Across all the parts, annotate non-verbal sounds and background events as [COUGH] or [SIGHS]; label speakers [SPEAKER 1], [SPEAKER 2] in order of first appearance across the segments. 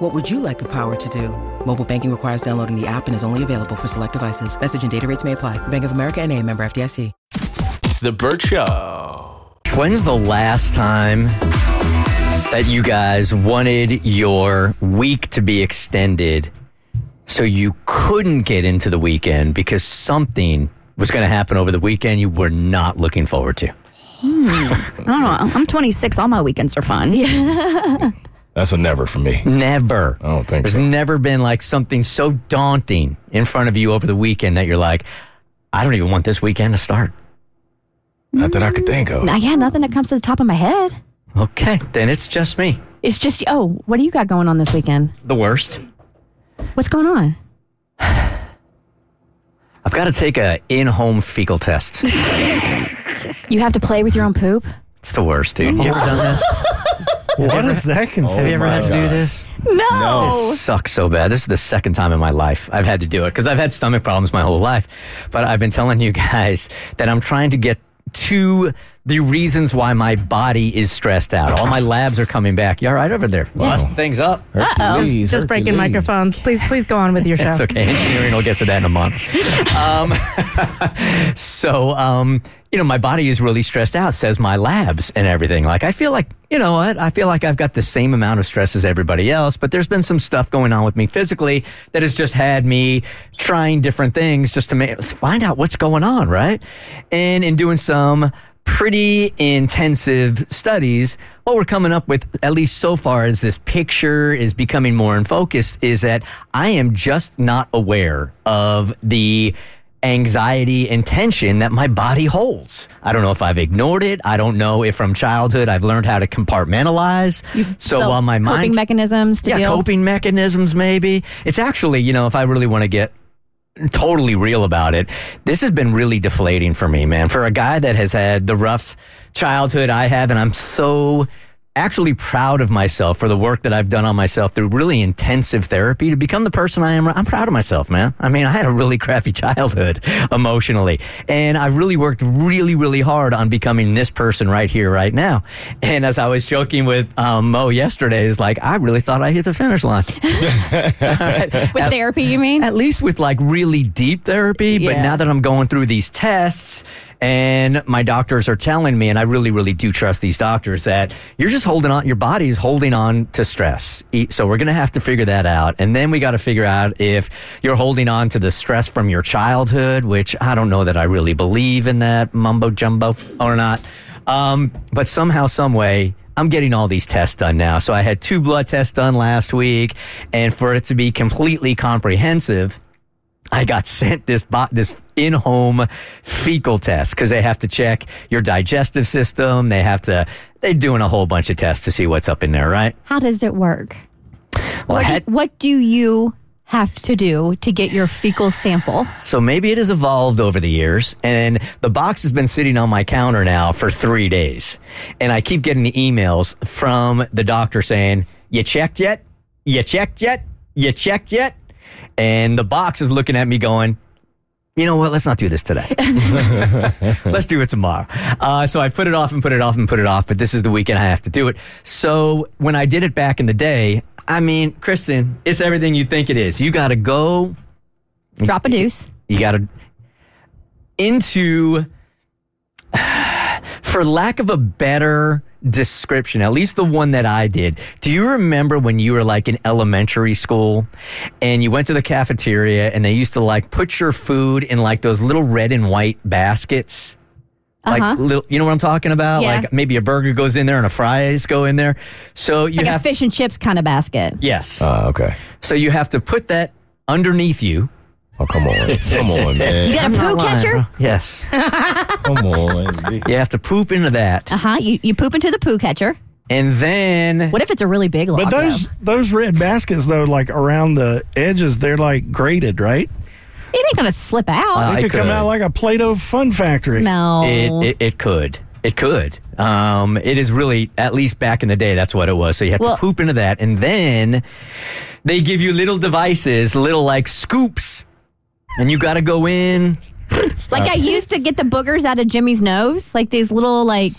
[SPEAKER 1] What would you like the power to do? Mobile banking requires downloading the app and is only available for select devices. Message and data rates may apply. Bank of America and a member FDIC.
[SPEAKER 2] The Burt Show.
[SPEAKER 3] When's the last time that you guys wanted your week to be extended so you couldn't get into the weekend because something was going to happen over the weekend you were not looking forward to?
[SPEAKER 4] I don't know. Oh, I'm 26. All my weekends are fun. Yeah. [LAUGHS]
[SPEAKER 2] That's a never for me.
[SPEAKER 3] Never.
[SPEAKER 2] I don't think
[SPEAKER 3] There's
[SPEAKER 2] so.
[SPEAKER 3] never been like something so daunting in front of you over the weekend that you're like, I don't even want this weekend to start.
[SPEAKER 2] Not that I could think of.
[SPEAKER 4] I had nothing that comes to the top of my head.
[SPEAKER 3] Okay, then it's just me.
[SPEAKER 4] It's just, oh, what do you got going on this weekend?
[SPEAKER 3] The worst.
[SPEAKER 4] What's going on?
[SPEAKER 3] I've got to take a in-home fecal test.
[SPEAKER 4] You have to play with your own poop?
[SPEAKER 3] It's the worst, dude. You ever done this?
[SPEAKER 5] [LAUGHS] What is that
[SPEAKER 3] Have
[SPEAKER 5] consistent?
[SPEAKER 3] you ever had to do this?
[SPEAKER 4] No.
[SPEAKER 3] This sucks so bad. This is the second time in my life I've had to do it because I've had stomach problems my whole life. But I've been telling you [LAUGHS] guys that I'm trying to get to the reasons why my body is stressed out. All my labs are coming back. You all right over there? Busting things up.
[SPEAKER 5] Hercules,
[SPEAKER 6] Just breaking
[SPEAKER 5] Hercules.
[SPEAKER 6] microphones. Please, please go on with your
[SPEAKER 3] [LAUGHS]
[SPEAKER 6] show.
[SPEAKER 3] It's okay. Engineering will get to that in a month. Um, [LAUGHS] so, um, you know, my body is really stressed out, says my labs and everything. Like, I feel like, you know what? I feel like I've got the same amount of stress as everybody else, but there's been some stuff going on with me physically that has just had me trying different things just to make, let's find out what's going on, right? And in doing some pretty intensive studies. What we're coming up with, at least so far, as this picture is becoming more in focus, is that I am just not aware of the anxiety and tension that my body holds. I don't know if I've ignored it. I don't know if from childhood I've learned how to compartmentalize. so
[SPEAKER 4] So
[SPEAKER 3] while my
[SPEAKER 4] coping
[SPEAKER 3] mind
[SPEAKER 4] mechanisms to
[SPEAKER 3] yeah,
[SPEAKER 4] deal
[SPEAKER 3] coping mechanisms, maybe. It's actually, you know, if I really want to get totally real about it, this has been really deflating for me, man. For a guy that has had the rough childhood I have, and I'm so actually proud of myself for the work that I've done on myself through really intensive therapy to become the person I am. I'm proud of myself, man. I mean, I had a really crappy [LAUGHS] childhood emotionally, and I've really worked really, really hard on becoming this person right here, right now. And as I was joking with um, Mo yesterday, is like, I really thought I hit the finish line.
[SPEAKER 4] with therapy, you mean?
[SPEAKER 3] At least with like really deep therapy. But
[SPEAKER 4] Yeah.
[SPEAKER 3] now that I'm going through these tests and my doctors are telling me, and I really, really do trust these doctors, that you're just holding on, your body's holding on to stress. E- So we're going to have to figure that out. And then we got to figure out if you're holding on to the stress from your childhood, which I don't know that I really believe in that mumbo jumbo or not. Um, but somehow, some way, I'm getting all these tests done now. So I had two blood tests done last week, and for it to be completely comprehensive, I got sent this bo- this in-home fecal test because they have to check your digestive system. They have to they're doing a whole bunch of tests to see what's up in there, right?
[SPEAKER 4] How does it work?
[SPEAKER 3] Well, I
[SPEAKER 4] What,
[SPEAKER 3] had-
[SPEAKER 4] do, what do you have to do to get your fecal sample?
[SPEAKER 3] so maybe it has evolved over the years, and the box has been sitting on my counter now for three days, and I keep getting the emails from the doctor saying, "You checked yet? You checked yet? You checked yet?" And the box is looking at me going, you know what? Let's not do this today. [LAUGHS] Let's do it tomorrow. Uh, so I put it off and put it off and put it off, but this is the weekend I have to do it. So when I did it back in the day, I mean, Kristen, it's everything you think it is. You got to go,
[SPEAKER 4] Drop a deuce.
[SPEAKER 3] you got to into, [SIGHS] for lack of a better description, at least the one that I did. Do you remember when you were like in elementary school and you went to the cafeteria and they used to like put your food in like those little red and white baskets?
[SPEAKER 4] Uh-huh.
[SPEAKER 3] Like, little, you know what I'm talking about?
[SPEAKER 4] Yeah.
[SPEAKER 3] Like maybe a burger goes in there and a fries go in there. So you
[SPEAKER 4] Like
[SPEAKER 3] have
[SPEAKER 4] a fish and chips kind of basket.
[SPEAKER 3] yes.
[SPEAKER 2] Ah, okay.
[SPEAKER 3] so you have to put that underneath you.
[SPEAKER 2] Oh, come on. Come on,
[SPEAKER 4] [LAUGHS] You
[SPEAKER 2] man.
[SPEAKER 4] got a
[SPEAKER 3] I'm
[SPEAKER 4] poo
[SPEAKER 3] not lying,
[SPEAKER 4] catcher?
[SPEAKER 3] bro.
[SPEAKER 4] [LAUGHS]
[SPEAKER 3] Yes.
[SPEAKER 5] Come on.
[SPEAKER 3] You have to poop into that.
[SPEAKER 4] Uh huh. You, you poop into the poo catcher.
[SPEAKER 3] And then
[SPEAKER 4] What if it's a really big log?
[SPEAKER 5] But
[SPEAKER 4] though?
[SPEAKER 5] those those red baskets though, like around the edges, they're like graded, right?
[SPEAKER 4] It ain't gonna slip out.
[SPEAKER 3] Uh, I
[SPEAKER 5] It could come
[SPEAKER 3] could.
[SPEAKER 5] out like a Play-Doh fun factory.
[SPEAKER 4] no.
[SPEAKER 3] It, it, it could. It could. Um, it is really, at least back in the day, that's what it was. So you have
[SPEAKER 4] Well-
[SPEAKER 3] to poop into that. And then they give you little devices, little like scoops. And you got to go in.
[SPEAKER 4] like I used to get the boogers out of Jimmy's nose, like these little like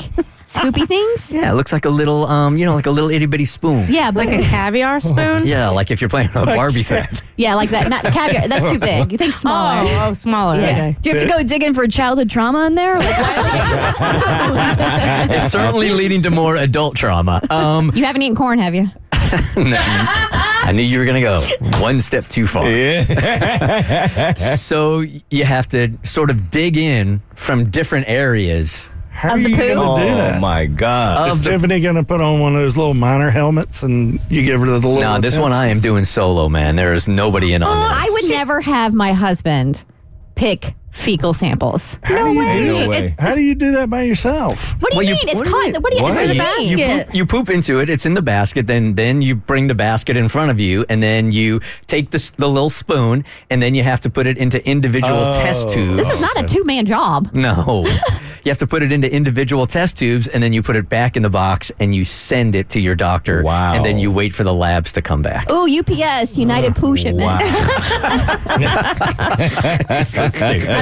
[SPEAKER 4] scoopy things.
[SPEAKER 3] Yeah, it looks like a little, um, you know, like a little itty bitty spoon.
[SPEAKER 4] Yeah, but
[SPEAKER 6] Like a caviar spoon?
[SPEAKER 3] Oh, Yeah, like if you're playing
[SPEAKER 4] [LAUGHS]
[SPEAKER 3] a Barbie set.
[SPEAKER 4] yeah, like that. Not caviar. That's too big. Think smaller.
[SPEAKER 6] Oh, oh, smaller.
[SPEAKER 4] Yeah.
[SPEAKER 6] Okay.
[SPEAKER 4] Do you have to go digging for childhood trauma in there? Like, [LAUGHS] why-
[SPEAKER 3] it's certainly leading to more adult trauma. Um,
[SPEAKER 4] you haven't eaten corn, have you?
[SPEAKER 3] [LAUGHS] I knew you were going to go one step too far.
[SPEAKER 5] Yeah.
[SPEAKER 3] [LAUGHS] So you have to sort of dig in from different areas.
[SPEAKER 5] How are
[SPEAKER 4] Of the
[SPEAKER 5] you
[SPEAKER 4] poo?
[SPEAKER 5] gonna do
[SPEAKER 2] Oh
[SPEAKER 5] that?
[SPEAKER 2] my God.
[SPEAKER 5] Is Tiffany gonna put on one of those little miner helmets and you give her the little?
[SPEAKER 3] No, this one I am doing solo, man. There is nobody in on this.
[SPEAKER 4] Oh, I would never have my husband pick fecal samples.
[SPEAKER 5] No way.
[SPEAKER 2] No way.
[SPEAKER 5] How do you do that by yourself?
[SPEAKER 4] What do
[SPEAKER 3] Well,
[SPEAKER 4] you mean? It's caught. What do you?
[SPEAKER 3] what
[SPEAKER 4] It's in
[SPEAKER 3] do
[SPEAKER 4] the
[SPEAKER 3] you- you
[SPEAKER 4] basket.
[SPEAKER 3] poop, you poop into it. It's in the basket. Then, then you bring the basket in front of you, and then you take the, s- the little spoon, and then you have to put it into individual test tubes.
[SPEAKER 4] This is not a two-man job.
[SPEAKER 3] no. [LAUGHS] You have to put it into individual test tubes, and then you put it back in the box, and you send it to your doctor.
[SPEAKER 2] Wow.
[SPEAKER 3] And then you wait for the labs to come back.
[SPEAKER 4] Oh, UPS, United Poo Shipment.
[SPEAKER 2] [LAUGHS]
[SPEAKER 4] [LAUGHS]
[SPEAKER 6] I'm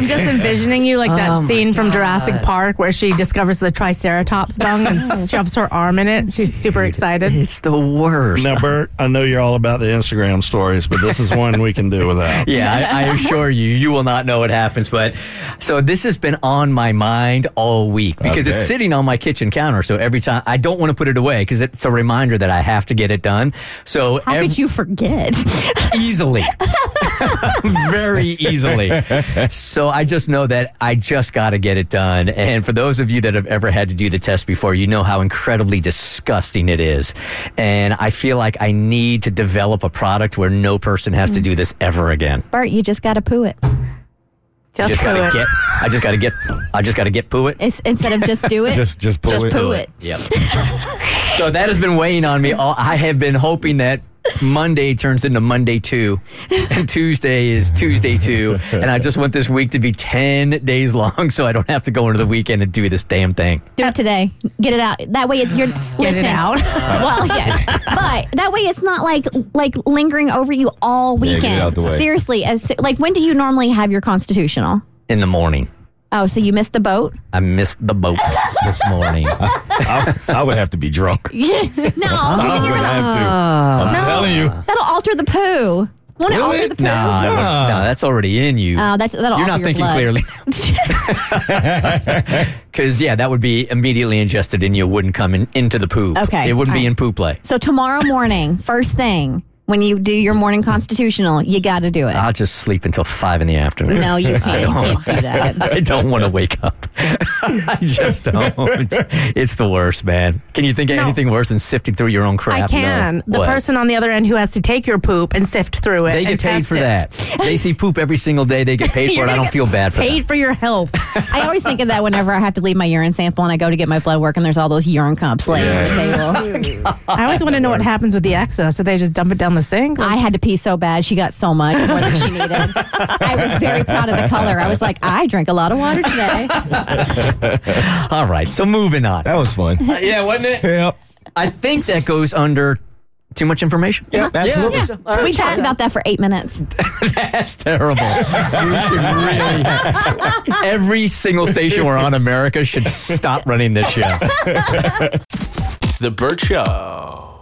[SPEAKER 6] just envisioning you like that
[SPEAKER 3] Oh, my
[SPEAKER 6] scene from Jurassic Park where she discovers the Triceratops
[SPEAKER 3] [LAUGHS]
[SPEAKER 6] dung and shoves her arm in it. She's super excited.
[SPEAKER 3] It's the worst.
[SPEAKER 5] Now, Bert, I know you're all about the Instagram stories, but this is one we can do
[SPEAKER 3] [LAUGHS]
[SPEAKER 5] without.
[SPEAKER 3] Yeah, I, I assure you, you will not know what happens. But so this has been on my mind all week because it's
[SPEAKER 2] Okay.
[SPEAKER 3] sitting on my kitchen counter. So every time I don't want to put it away because it's a reminder that I have to get it done. So
[SPEAKER 4] How
[SPEAKER 3] ev-
[SPEAKER 4] could you forget?
[SPEAKER 3] easily. Very easily. So I just know that I just got to get it done. And for those of you that have ever had to do the test before, you know how incredibly disgusting it is. And I feel like I need to develop a product where no person has
[SPEAKER 6] Mm.
[SPEAKER 3] to do this ever again.
[SPEAKER 4] Bart, you just gotta poo it
[SPEAKER 6] Just,
[SPEAKER 3] just
[SPEAKER 6] do
[SPEAKER 3] gotta
[SPEAKER 6] it.
[SPEAKER 3] get. I just gotta get. I just gotta get poo it.
[SPEAKER 4] It's- instead of just
[SPEAKER 2] [LAUGHS]
[SPEAKER 4] do it.
[SPEAKER 2] Just- just poo it.
[SPEAKER 4] poo
[SPEAKER 2] Do
[SPEAKER 4] it.
[SPEAKER 2] it.
[SPEAKER 4] [LAUGHS]
[SPEAKER 3] Yep. so that has been weighing on me. All, I have been hoping that Monday turns into Monday two, [LAUGHS] and Tuesday is Tuesday two, and I just want this week to be ten days long, so I don't have to go into the weekend and do this damn thing.
[SPEAKER 4] Do it today. Get it out. That way, it's, you're get listen,
[SPEAKER 2] [LAUGHS]
[SPEAKER 4] [LAUGHS]
[SPEAKER 6] out?
[SPEAKER 4] well, yes, but that way it's not like like lingering over you all
[SPEAKER 2] Yeah,
[SPEAKER 4] weekend.
[SPEAKER 2] get it out the way.
[SPEAKER 4] Seriously, as so- like when do you normally have your constitutional?
[SPEAKER 3] In the morning,
[SPEAKER 4] Oh, so you missed
[SPEAKER 2] [LAUGHS]
[SPEAKER 4] the boat?
[SPEAKER 3] I missed the boat this morning.
[SPEAKER 2] I, I would have to be drunk.
[SPEAKER 4] no, 'cause
[SPEAKER 2] I [LAUGHS]
[SPEAKER 4] then you're
[SPEAKER 2] would
[SPEAKER 4] gonna-
[SPEAKER 2] have to. I'm telling you.
[SPEAKER 4] that'll alter the poo. Won't it
[SPEAKER 3] Will
[SPEAKER 4] alter
[SPEAKER 3] it?
[SPEAKER 4] the poo?
[SPEAKER 3] No, I wouldn't- no, that's already in you.
[SPEAKER 4] Oh, that's that'll
[SPEAKER 3] You're
[SPEAKER 4] alter
[SPEAKER 3] not
[SPEAKER 4] your
[SPEAKER 3] thinking
[SPEAKER 4] blood.
[SPEAKER 3] clearly. Because, yeah, that would be immediately ingested and you wouldn't come in, into the poop.
[SPEAKER 4] Okay,
[SPEAKER 3] It wouldn't be
[SPEAKER 4] alright.
[SPEAKER 3] in poop play.
[SPEAKER 4] [LAUGHS] So tomorrow morning, first thing when you do your morning constitutional, you got to
[SPEAKER 2] [LAUGHS]
[SPEAKER 4] do it.
[SPEAKER 3] I'll just sleep until five in the afternoon.
[SPEAKER 4] no, you can't, you can't do that.
[SPEAKER 3] I don't want to wake
[SPEAKER 6] [LAUGHS]
[SPEAKER 3] up. I just don't. It's the worst, man. Can you think of
[SPEAKER 6] No.
[SPEAKER 3] anything worse than sifting through your own crap?
[SPEAKER 6] I can.
[SPEAKER 3] No.
[SPEAKER 6] The
[SPEAKER 3] What?
[SPEAKER 6] person on the other end who has to take your poop and sift through it.
[SPEAKER 3] They
[SPEAKER 6] and
[SPEAKER 3] get paid
[SPEAKER 6] test
[SPEAKER 3] for
[SPEAKER 6] it.
[SPEAKER 3] that. They see poop every single day. They get
[SPEAKER 6] [LAUGHS]
[SPEAKER 3] paid for it. I
[SPEAKER 6] You're gonna
[SPEAKER 3] don't
[SPEAKER 6] get
[SPEAKER 3] feel bad for
[SPEAKER 6] Paid
[SPEAKER 3] that.
[SPEAKER 6] for
[SPEAKER 3] [LAUGHS]
[SPEAKER 6] your health.
[SPEAKER 4] I always think of that whenever I have to leave my urine sample and I go to get my blood work and there's all those urine cups laying on the table.
[SPEAKER 6] I always want to know what happens with the excess. Do they just dump it down the sink?
[SPEAKER 4] I had to pee so bad. She got so much more than she needed. I was very proud of the color. I was like, I drank a lot of water today.
[SPEAKER 3] All right, so moving on.
[SPEAKER 2] That was fun.
[SPEAKER 3] yeah, wasn't it?
[SPEAKER 2] Yep.
[SPEAKER 3] I think that goes under too much information.
[SPEAKER 2] Yep. Absolutely.
[SPEAKER 4] Yeah. We talked about that for eight minutes.
[SPEAKER 3] That's terrible. We should really- every single station we're on, America, should stop running this show.
[SPEAKER 2] The Burt Show.